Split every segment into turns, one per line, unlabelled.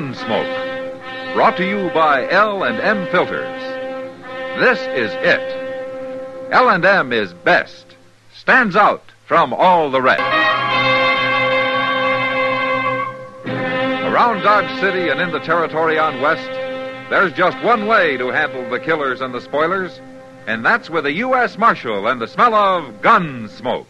Gunsmoke, brought to you by L and M Filters. This is it. L and M is best, stands out from all the rest. Around Dodge City and in the territory on West, there's just one way to handle the killers and the spoilers, and that's with a U.S. Marshal and the smell of gun smoke.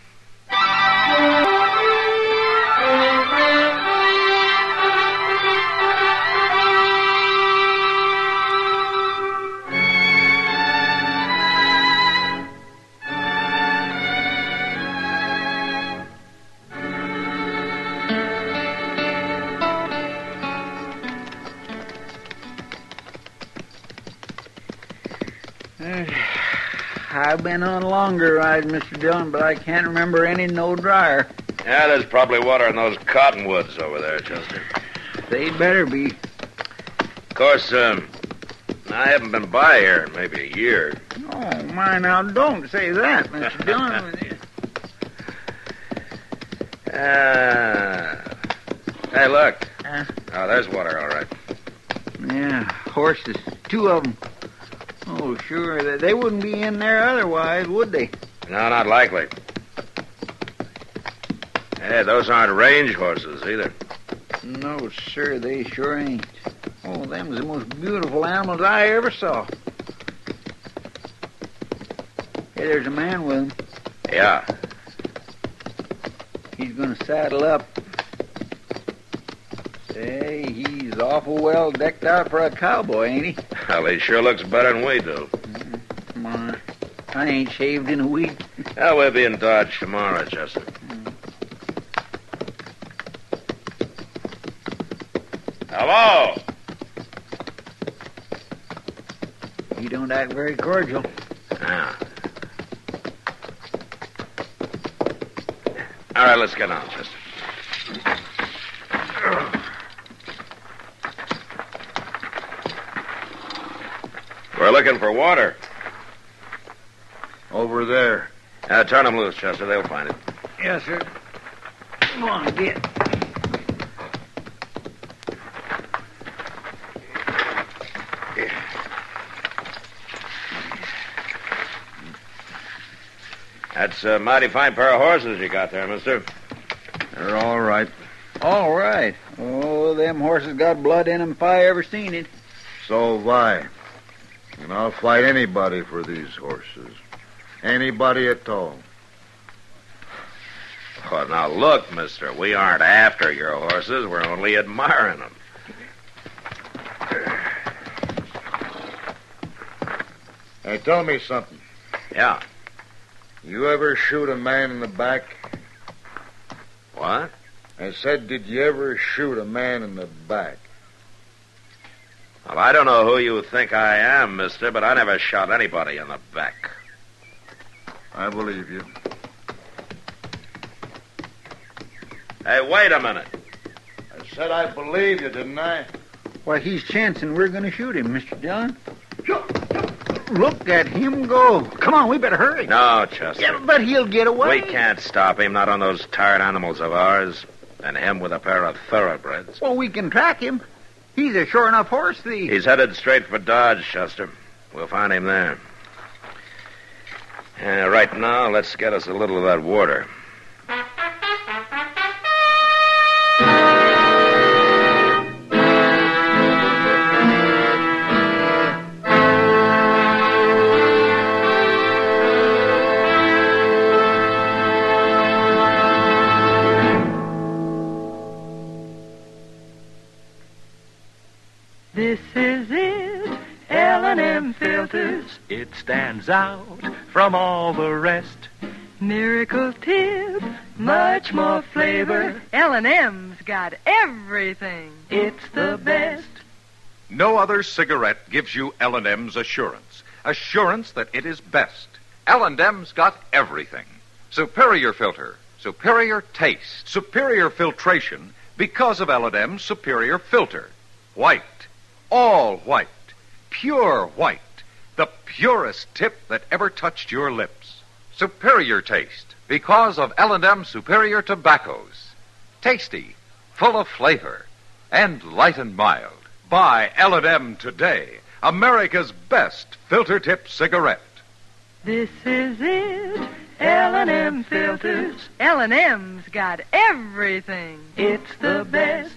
I've been on a longer ride, Mr. Dillon, but I can't remember any no dryer.
Yeah, there's probably water in those cottonwoods over there, Chester.
They better be.
Of course, um, I haven't been by here in maybe a year.
Oh, my, now don't say that, Mr. Dillon.
Ah. Hey, look.
Huh?
Oh, there's water, all right.
Yeah, horses. Two of them. Oh, sure. They- They wouldn't be in there otherwise, would they?
No, not likely. Hey, those aren't range horses either.
No, sir, they sure ain't. Oh, them's the most beautiful animals I ever saw. Hey, there's a man with 'em.
Yeah.
He's gonna saddle up. Say, he's awful well decked out for a cowboy, ain't he?
Well, he sure looks better than we do.
My, I ain't shaved in a week.
Yeah, we'll be in Dodge tomorrow, Chester. Hello.
You don't act very cordial.
Yeah. All right, let's get on, Chester. We're looking for water.
Over there.
Now, Uh, turn them loose, Chester. They'll find it.
Yes, sir. Come on, get.
That's a mighty fine pair of horses you got there, mister.
They're all right.
All right. Oh, them horses got blood in 'em if I ever seen it.
So have I. And I'll fight anybody for these horses. Anybody at all.
Oh, now look, mister. We aren't after your horses. We're only admiring them.
Hey, tell me something.
Yeah.
You ever shoot a man in the back?
What?
I said, did you ever shoot a man in the back?
Well, I don't know who you think I am, mister, but I never shot anybody in the back.
I believe you.
Hey, wait a minute.
I said I believe you, didn't I?
Why, he's chancing we're going to shoot him, Mr. Dillon. Look at him go. Come on, we better hurry.
No, Chester.
Yeah, but he'll get away.
We can't stop him, not on those tired animals of ours. And him with a pair of thoroughbreds.
Well, we can track him. He's a sure enough horse thief.
He's headed straight for Dodge, Chester. We'll find him there. Uh, right now, let's get us a little of that water.
This is it.
stands out from all the rest.
Miracle Tip, much more flavor. L&M's got everything. It's the best.
No other cigarette gives you L&M's assurance. Assurance that it is best. L&M's got everything. Superior filter, superior taste, superior filtration because of L&M's superior filter. White, all white, pure white, the purest tip that ever touched your lips. Superior taste because of L&M's superior tobaccos. Tasty, full of flavor, and light and mild. Buy L&M today, America's best filter tip cigarette.
This is it. L&M filters. L&M's got everything. It's the best.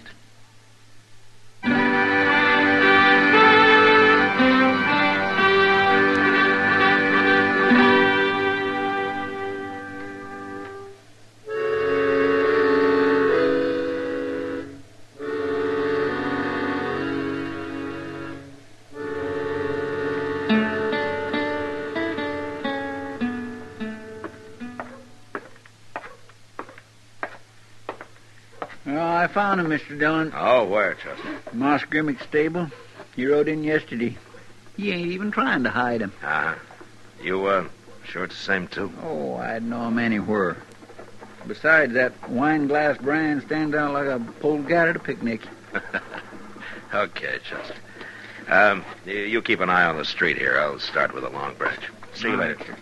Well, I found him, Mr. Dillon.
Oh, where, Chester?
Moss Grimmick's stable. He rode in yesterday. He ain't even trying to hide him.
Ah, you, uh, sure it's the same, too?
Oh, I'd know him anywhere. Besides, that wine glass Brian stands out like a polecat at a picnic.
Okay, Chester. Um, y- you keep an eye on the street here. I'll start with a long branch. See you later.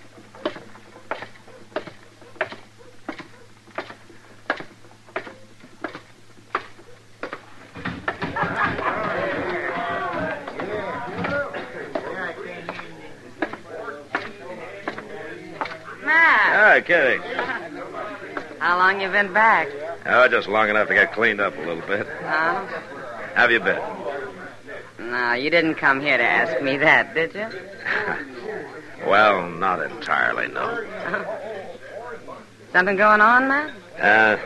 Matt,
Hi, Kitty.
how long you been back?
Oh, just long enough to get cleaned up a little bit.
Huh?
Have you been?
No, you didn't come here to ask me that, did you?
Well, not entirely, no.
Something going on, Matt?
Uh,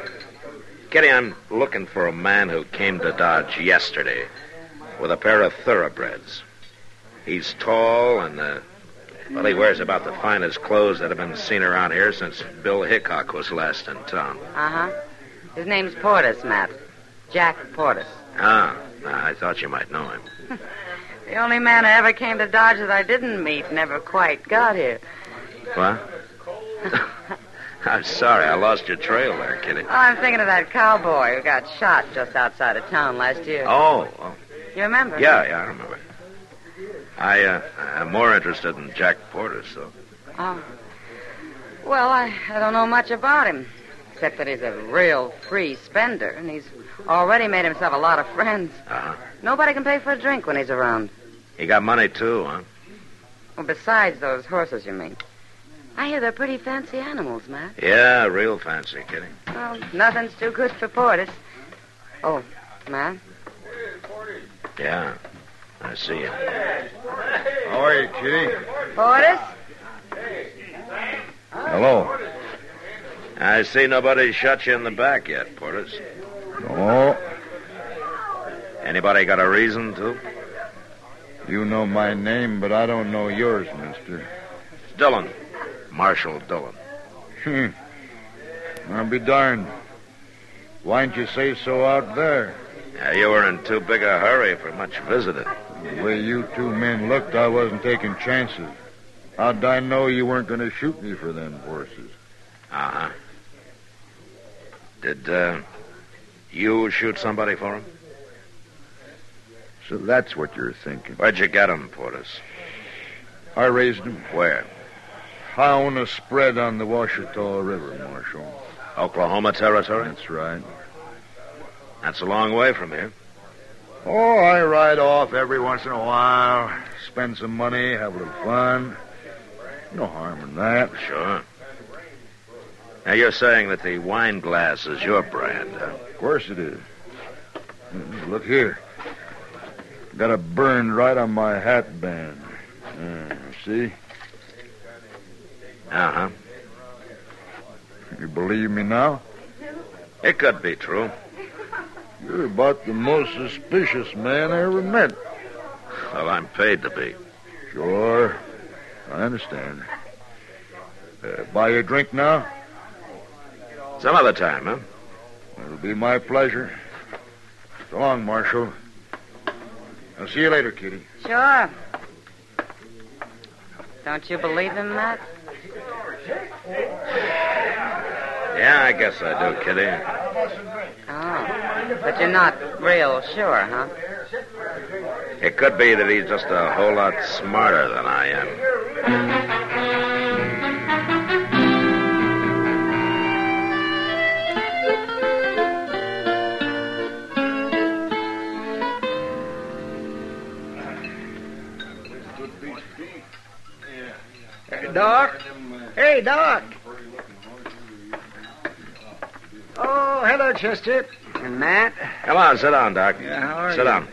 Kitty, I'm looking for a man who came to Dodge yesterday with a pair of thoroughbreds. He's tall and, uh, well, he wears about the finest clothes that have been seen around here since Bill Hickok was last in town.
Uh huh. His name's Portis, Matt. Jack Portis.
Ah, I thought you might know him.
The only man who ever came to Dodge that I didn't meet never quite got here.
What? I'm sorry, I lost your trail there, Kitty.
Oh, I'm thinking of that cowboy who got shot just outside of town last year.
Oh, oh,
You remember?
yeah, yeah, I remember. I, uh, I'm more interested in Jack Porter, so.
Oh. Well, I, I don't know much about him, except that he's a real free spender, and he's already made himself a lot of friends.
Uh-huh.
Nobody can pay for a drink when he's around.
He got money, too, huh?
Well, besides those horses, you mean. I hear they're pretty fancy animals, Matt.
Yeah, real fancy, Kitty.
Well, nothing's too good for Portis. Oh, Matt?
Yeah, I see it.
How are you, Kitty?
Portis?
Hello.
I see nobody shot you in the back yet, Porter.
Oh,
Anybody got a reason to?
you know my name, but I don't know yours, mister.
Dillon. Marshal Dillon.
Hmm. I'll be darned. Why'd you say so out there?
Yeah, you were in too big a hurry for much visiting.
The way you two men looked, I wasn't taking chances. How'd I know you weren't going to shoot me for them horses?
Uh-huh. Did, uh, you shoot somebody for him?
So that's what you're thinking.
Where'd you get him, Portis?
I raised him.
Where?
I own a spread on the Washita River, Marshal.
Oklahoma territory?
That's right.
That's a long way from here.
Oh, I ride off every once in a while, spend some money, have a little fun. No harm in that.
Sure. Now, you're saying that the wine glass is your brand, huh?
Of course it is. Mm, Look here. Got a burn right on my hat band. Uh, see?
Uh-huh.
You believe me now?
It could be true.
You're about the most suspicious man I ever met.
Well, I'm paid to be.
Sure. I understand. Uh, buy your drink now?
Some other time, huh?
It'll be my pleasure. So long, Marshal. I'll see you later, Kitty.
Sure. Don't you believe in that?
Yeah, I guess I do, Kitty.
Oh. But you're not real sure, huh?
It could be that he's just a whole lot smarter than I am.
Doc? Hey, Doc. Oh, hello, Chester.
And Matt?
Come on, sit down, Doc.
Yeah, how are
sit
you?
down.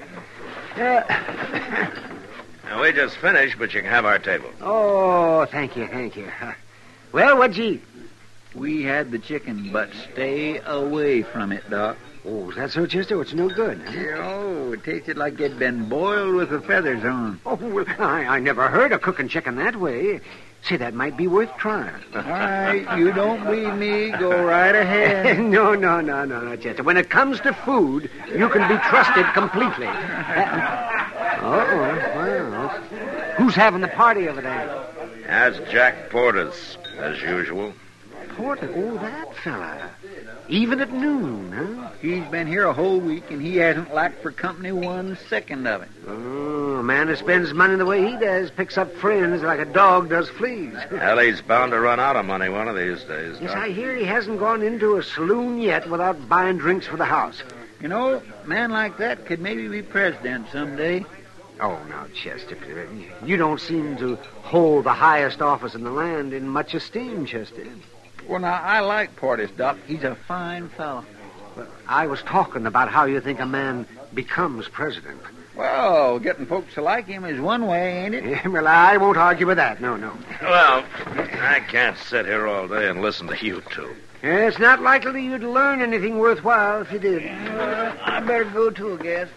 Uh,
Now, we just finished, but you can have our table.
oh, thank you, thank you. Well, what'd you eat?
We had the chicken, but stay away from it, Doc.
Oh, is that so, Chester? It's no good, huh?
Oh, it tasted like it'd been boiled with the feathers on.
Oh, well, I, I never heard of cooking chicken that way. Say, that might be worth trying.
All right, you don't believe me? Go right
Uh.
ahead.
no, no, no, no, no, Chester. When it comes to food, you can be trusted completely. oh, well. Who's having the party over there?
That's Jack Porter's, as usual.
Porter. Oh, that fella. Even at noon, huh?
He's been here a whole week, and he hasn't lacked for company one second of it.
Oh, a man who spends money the way he does picks up friends like a dog does fleas. Uh.
Well, he's bound to run out of money one of these days.
yes,
Doc.
I hear he hasn't gone into a saloon yet without buying drinks for the house.
You know, a man like that could maybe be president someday.
Oh, now, Chester, you don't seem to hold the highest office in the land in much esteem, Chester.
Well, now, I like Portis, Doc. He's a fine fellow.
I was talking about how you think a man becomes president.
Well, getting folks to like him is one way, ain't it?
Eh, well, I won't argue with that. No, no.
Well, I can't sit here all day and listen to you two.
Yeah, Eh, It's not likely you'd learn anything worthwhile if you did.
I better go to, I guess.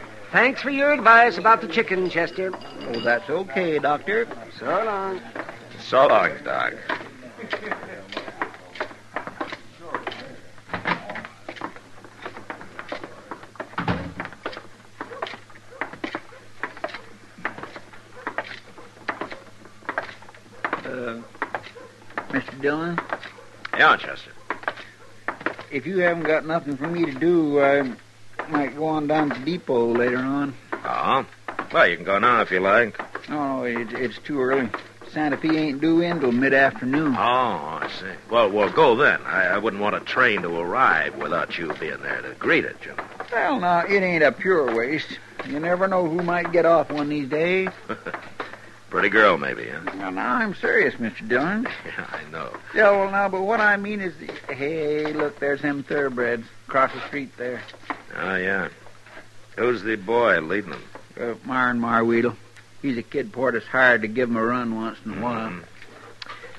Thanks for your advice about the chicken, Chester.
Oh, that's okay, Doctor.
So long.
So long, Doc.
Uh, Mr. Dillon,
Yeah, Chester.
if you haven't got nothing for me to do, I might go on down to the depot later on.
Uh-huh. Well, you can go now if you like.
Oh, it, it's too early. Santa Fe ain't due in till mid-afternoon.
Oh, I see. Well, well, go then. I, I wouldn't want a train to arrive without you being there to greet it, you know.
Well, now, it ain't a pure waste. You never know who might get off one of these days.
Pretty girl, maybe, huh?
Now, now I'm serious, Mr. Dillon.
Yeah, I know.
Yeah, well, now, but what I mean is, hey, look, there's them thoroughbreds across the street there.
Oh, yeah. Who's the boy leading them?
Uh, Myron Marweedle. He's a kid Portis hired to give him a run once in a while.
Mhm.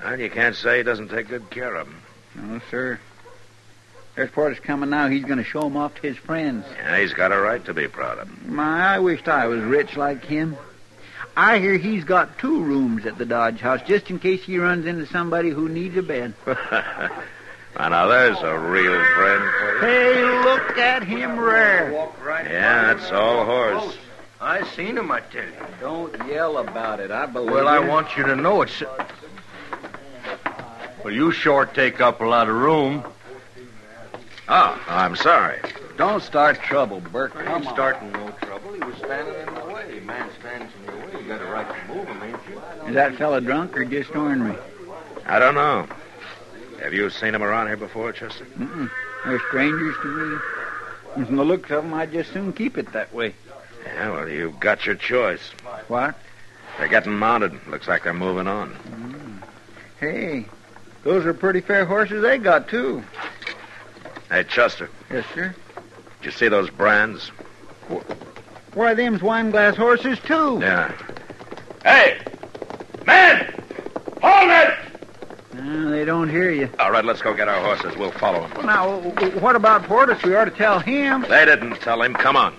Well, you can't say he doesn't take good care of him.
No, sir. There's Portis coming now. He's going to show him off to his friends.
Yeah, he's got a right to be proud of him.
My, I wished I was rich like him. I hear he's got two rooms at the Dodge house just in case he runs into somebody who needs a bed.
well, now, there's a real friend for you.
Hey, look at him rare.
Walk right
Yeah, that's all horse.
I seen him, I tell you.
Don't yell about it. I believe.
Well, I want you to know it's. Well, you sure take up a lot of room.
Oh, I'm sorry.
Don't start trouble, Burke.
Come starting no trouble. He was standing in the way. Man stands in your way. You got a right to move him, ain't you?
Is that fella drunk or just ornery?
I don't know. Have you seen him around here before, Chester?
Mm-mm. They're strangers to me. From the looks of 'em, I'd just soon keep it that way.
Yeah, well, you've got your choice.
What?
They're getting mounted. Looks like they're moving on.
Hey, those are pretty fair horses they got, too.
Hey, Chester,
Yes, sir.
did you see those brands?
Why, them's wine glass horses, too.
Yeah. Hey! Man! Hold it!
No, they don't hear you.
All right, let's go get our horses. We'll follow him.
Now, w- w- what about Portis? We ought to tell him.
They didn't tell him. Come on.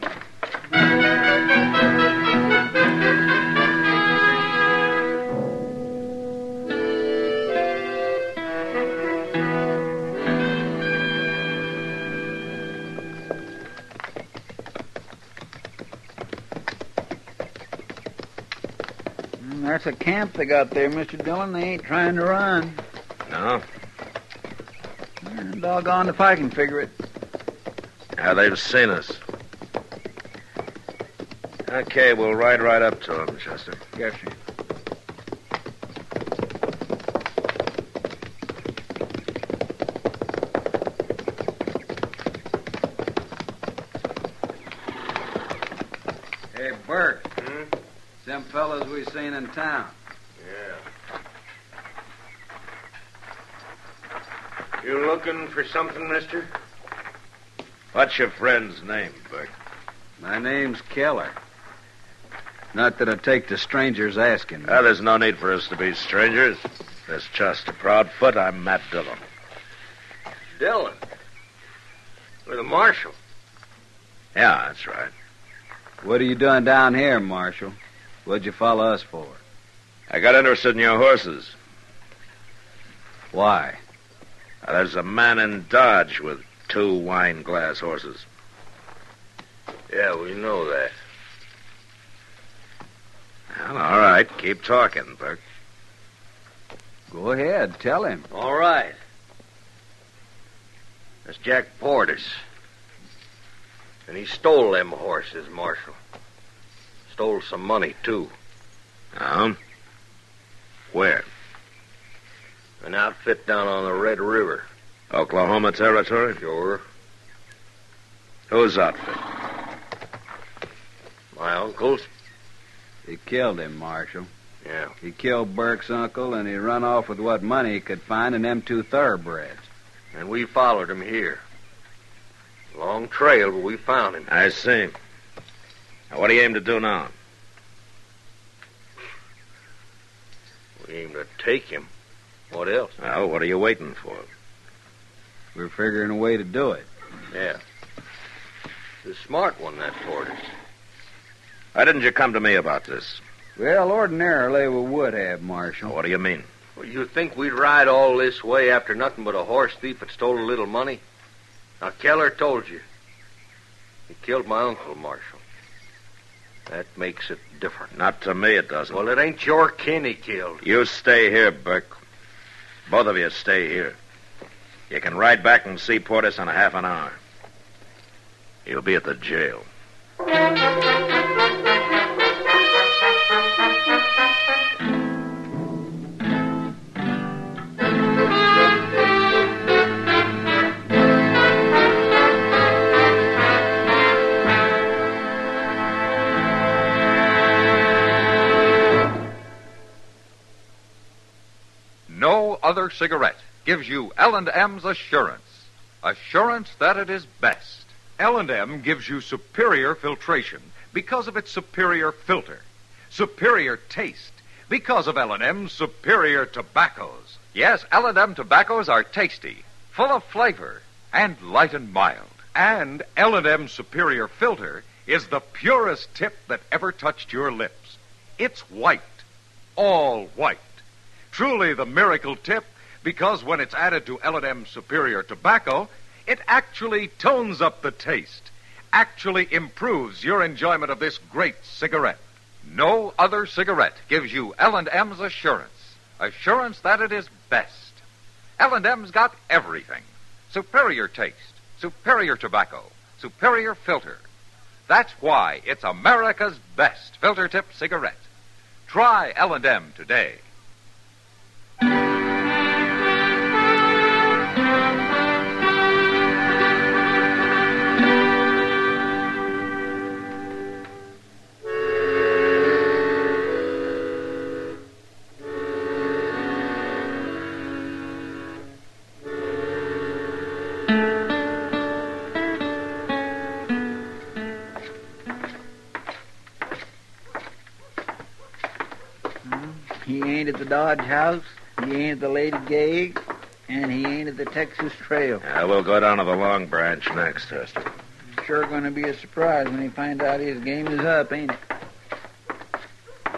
Mm, that's a camp they got there, Mr. Dillon. They ain't trying to run.
No?
Doggone if I can figure it.
Yeah, they've seen us. Okay, we'll ride right up to them, Chester.
Yes, sir.
Hey, Bert.
Hmm?
Them fellas we seen in town.
You looking for something, mister?
What's your friend's name, Burke?
My name's Keller. Not that I take to strangers asking.
Well, there's no need for us to be strangers. This is Chester Proudfoot. I'm Matt Dillon.
Dillon. With a marshal.
Yeah, that's right.
What are you doing down here, Marshal? What'd you follow us for?
I got interested in your horses.
Why?
Uh, There's a man in Dodge with two wine glass horses.
Yeah, we know that.
Well, all right, keep talking, Burke.
Go ahead, tell him.
All right. That's Jack Portis. And he stole them horses, Marshal. Stole some money, too.
Um, where?
An outfit down on the Red River.
Oklahoma territory?
Sure.
Whose outfit?
My uncle's.
He killed him, Marshal.
Yeah.
He killed Burke's uncle, and he run off with what money he could find in them two thoroughbreds.
And we followed him here. Long trail, but we found him.
I see. Now, what do you aim to do now?
We aimed to take him. What else?
Well, what are you waiting for?
We're figuring a way to do it.
Yeah. The smart one, that Portis.
Why didn't you come to me about this?
Well, ordinarily we would have, Marshal.
What do you mean?
Well, you think we'd ride all this way after nothing but a horse thief that stole a little money? Now, Keller told you. He killed my uncle, Marshal. That makes it different.
Not to me, it doesn't.
Well, it ain't your kin he killed.
You stay here, Burke. Both of you stay here. You can ride back and see Portis in a half an hour. He'll be at the jail.
No other cigarette gives you L&M's assurance. Assurance that it is best. L&M gives you superior filtration because of its superior filter. Superior taste because of L&M's superior tobaccos. Yes, L&M tobaccos are tasty, full of flavor, and light and mild. And L&M's superior filter is the purest tip that ever touched your lips. It's white, all white. Truly the miracle tip, because when it's added to L&M Superior Tobacco, it actually tones up the taste, actually improves your enjoyment of this great cigarette. No other cigarette gives you L&M's assurance, assurance that it is best. L&M's got everything. Superior taste, superior tobacco, superior filter. That's why it's America's best filter tip cigarette. Try L&M today.
He ain't at the Dodge House. He ain't at the Lady Gay. And he ain't at the Texas Trail.
Yeah, we'll go down to the Long Branch next, Chester.
Sure gonna be a surprise when he finds out his game is up, ain't it?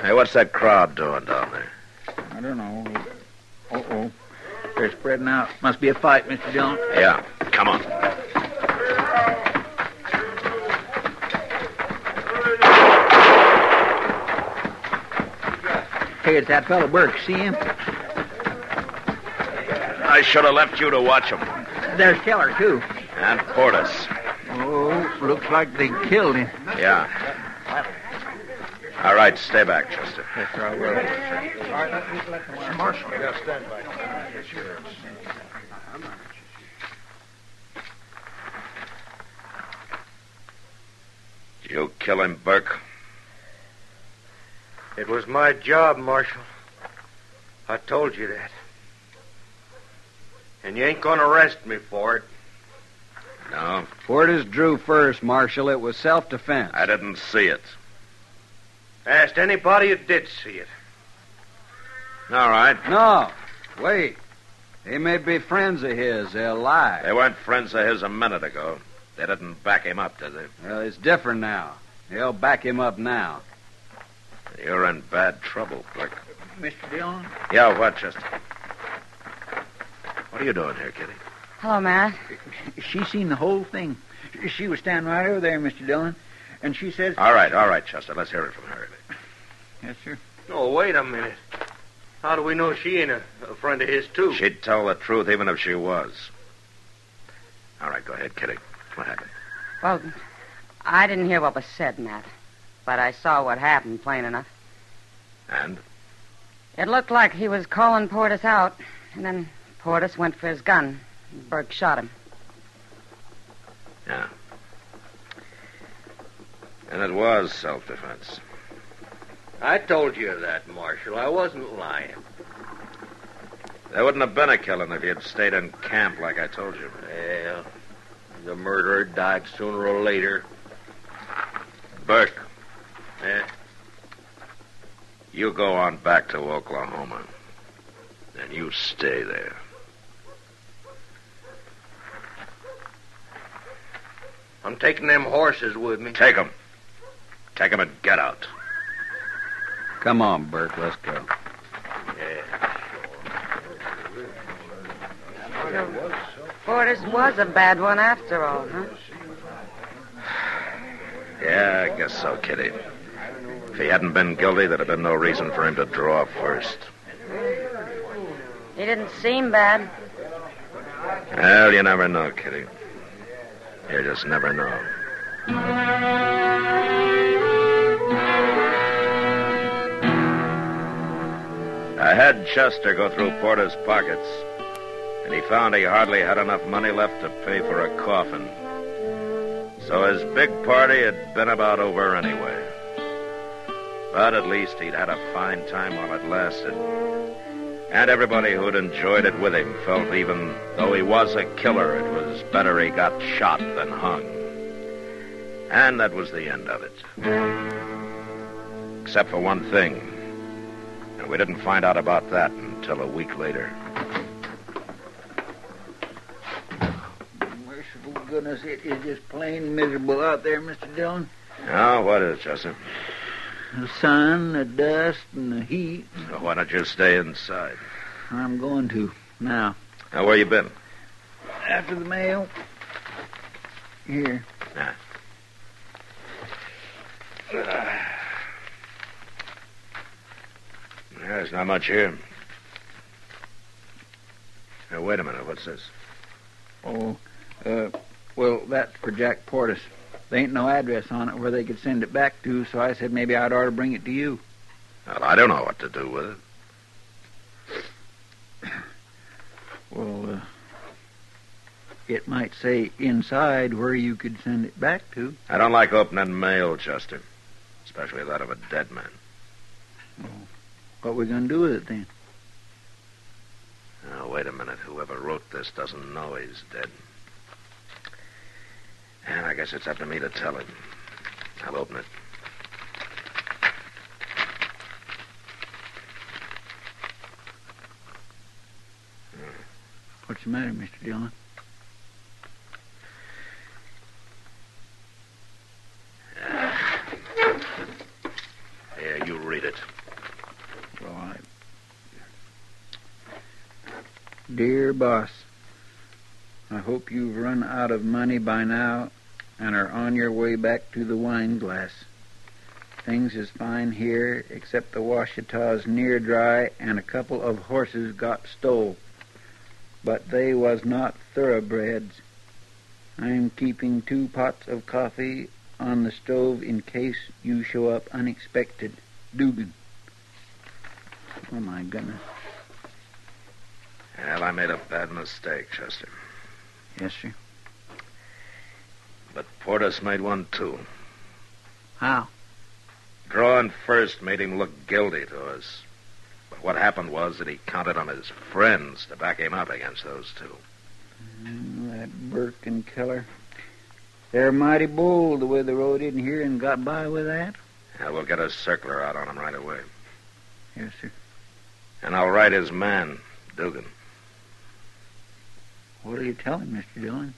Hey, what's that crowd doing down there?
I don't know. Uh-oh. They're spreading out. Must be a fight, Mr. Dillon.
Yeah, come on.
Hey, it's that fellow Burke. See him?
I should have left you to watch him.
There's Keller, too.
And Portis.
Oh, looks like they killed him.
Yeah. All right, stay back, Chester. Did you kill him, Burke?
It was my job, Marshal. I told you that. And you ain't gonna arrest me for it.
No,
Portis drew first, Marshal. It was self defense.
I didn't see it.
Asked anybody who did see it.
All right.
No. Wait. They may be friends of his. They're alive.
They weren't friends of his a minute ago. They didn't back him up, did they?
Well, it's different now. They'll back him up now.
You're in bad trouble, Burke.
Mr. Dillon?
Yeah, what, Chester? What are you doing here, Kitty?
Hello, Matt.
She seen the whole thing. She was standing right over there, Mr. Dillon. And she says,
All right, all right, Chester. Let's hear it from her.
Yes, sir.
No, Oh, wait a minute. How do we know she ain't a, a friend of his, too?
She'd tell the truth even if she was. All right, go ahead, Kitty. What happened?
Well, I didn't hear what was said, Matt. But I saw what happened plain enough.
And?
It looked like he was calling Portis out, and then Portis went for his gun. Burke shot him.
Yeah. And it was self defense.
I told you that, Marshal. I wasn't lying.
There wouldn't have been a killing if you'd stayed in camp like I told you.
Well, the murderer died sooner or later.
Burke,
Eh,
you go on back to Oklahoma. And you stay there.
I'm taking them horses with me.
Take 'em. Take 'em and get out.
Come on, Burke. Let's go.
Portis was a bad one after all, huh?
Yeah, I guess so, Kitty. If he hadn't been guilty, there'd have been no reason for him to draw first.
He didn't seem bad.
Well, you never know, Kitty. You just never know. I had Chester go through Porter's pockets, and he found he hardly had enough money left to pay for a coffin. So his big party had been about over anyway. But at least he'd had a fine time while it lasted. And everybody who'd enjoyed it with him felt even though he was a killer, it was better he got shot than hung. And that was the end of it. Except for one thing. And we didn't find out about that until a week later.
Merciful goodness, it is just plain miserable out there, Mr. Dillon.
Now, what is it, Chester?
The sun, the dust, and the heat.
Well, Why don't you stay inside?
I'm going to now.
Now, where you been?
After the mail. Here.
Yeah, There's not much here. Now, wait a minute. What's this?
Oh, uh, well, that's for Jack Portis. There ain't no address on it where they could send it back to, so I said maybe I'd ought to bring it to you.
Well, I don't know what to do with it.
Well, uh, it might say inside where you could send it back to.
I don't like opening mail, Chester. Especially that of a dead man.
What we gonna do with it then?
Now, wait a minute. Whoever wrote this doesn't know he's dead. And I guess it's up to me to tell him. I'll open it.
What's the matter, Mr. Dillon?
Here, you read it.
Well, I... Dear boss, I hope you've run out of money by now and are on your way back to the wine glass. Things is fine here, except the Washita's near dry and a couple of horses got stole. But they was not thoroughbreds. I'm keeping two pots of coffee on the stove in case you show up unexpected. Dugan. Oh, my goodness.
Well, I made a bad mistake, Chester.
Yes, sir.
But Portis made one, too.
How?
Drawing first made him look guilty to us. But what happened was that he counted on his friends to back him up against those two.
Mm, that Burke and Keller. They're mighty bold the way they rode in here and got by with that.
Yeah, we'll get a circular out on him right away.
Yes, sir.
And I'll write his man, Dugan.
What'll you tell him, Mr. Dillon?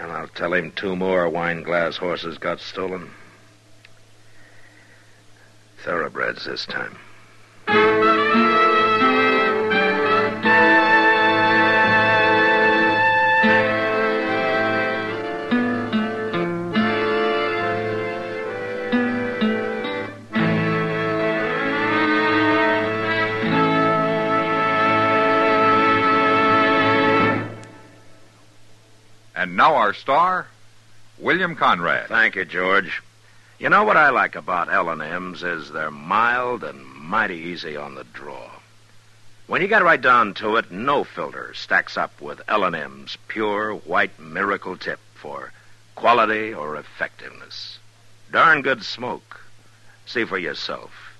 And I'll tell him two more wine glass horses got stolen. Thoroughbreds this time.
And now our star, William Conrad.
Thank you, George. You know what I like about L&M's is they're mild and mighty easy on the draw. When you get right down to it, no filter stacks up with L&M's pure white miracle tip for quality or effectiveness. Darn good smoke. See for yourself.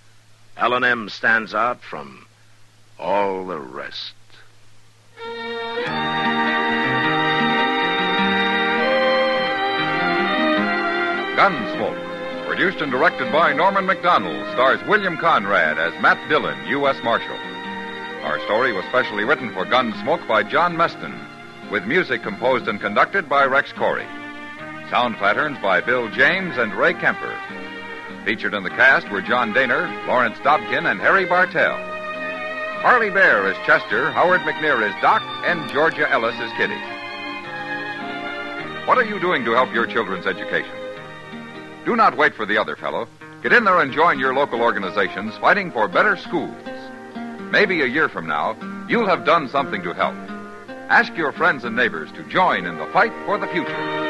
L&M stands out from all the rest.
Gunsmoke, produced and directed by Norman McDonald, stars William Conrad as Matt Dillon, U.S. Marshal. Our story was specially written for Gunsmoke by John Meston, with music composed and conducted by Rex Corey. Sound patterns by Bill James and Ray Kemper. Featured in the cast were John Daner, Lawrence Dobkin, and Harry Bartell. Harley Bear is Chester, Howard McNear is Doc, and Georgia Ellis is Kitty. What are you doing to help your children's education? Do not wait for the other fellow. Get in there and join your local organizations fighting for better schools. Maybe a year from now, you'll have done something to help. Ask your friends and neighbors to join in the fight for the future.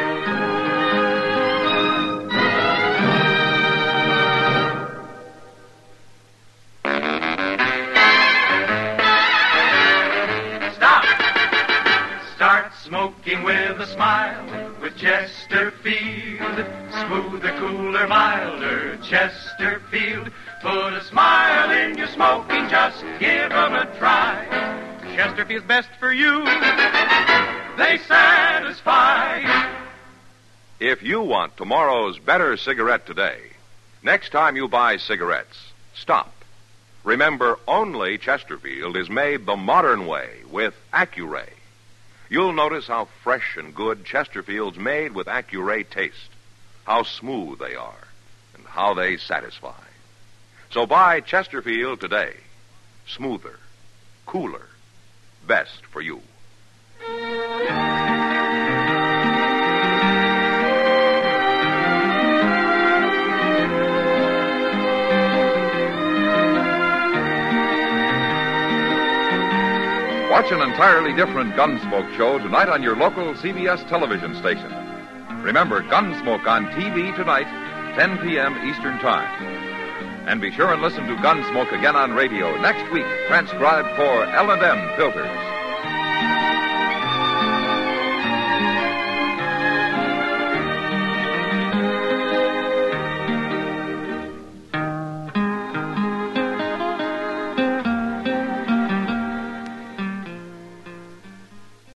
Stop! Start smoking with a smile with Chesterfield. Smoother, cooler, milder Chesterfield. Put a smile in your smoking, just give 'em a try. Chesterfield's best for you. They satisfy.
If you want tomorrow's better cigarette today, next time you buy cigarettes, stop. Remember, only Chesterfield is made the modern way with Accuray. You'll notice how fresh and good Chesterfield's made with Accuray taste, how smooth they are, and how they satisfy. So buy Chesterfield today. Smoother, cooler, best for you. Watch an entirely different Gunsmoke show tonight on your local CBS television station. Remember Gunsmoke on TV tonight, 10 p.m. Eastern Time. And be sure and listen to Gunsmoke again on radio next week, transcribed for L&M Filters.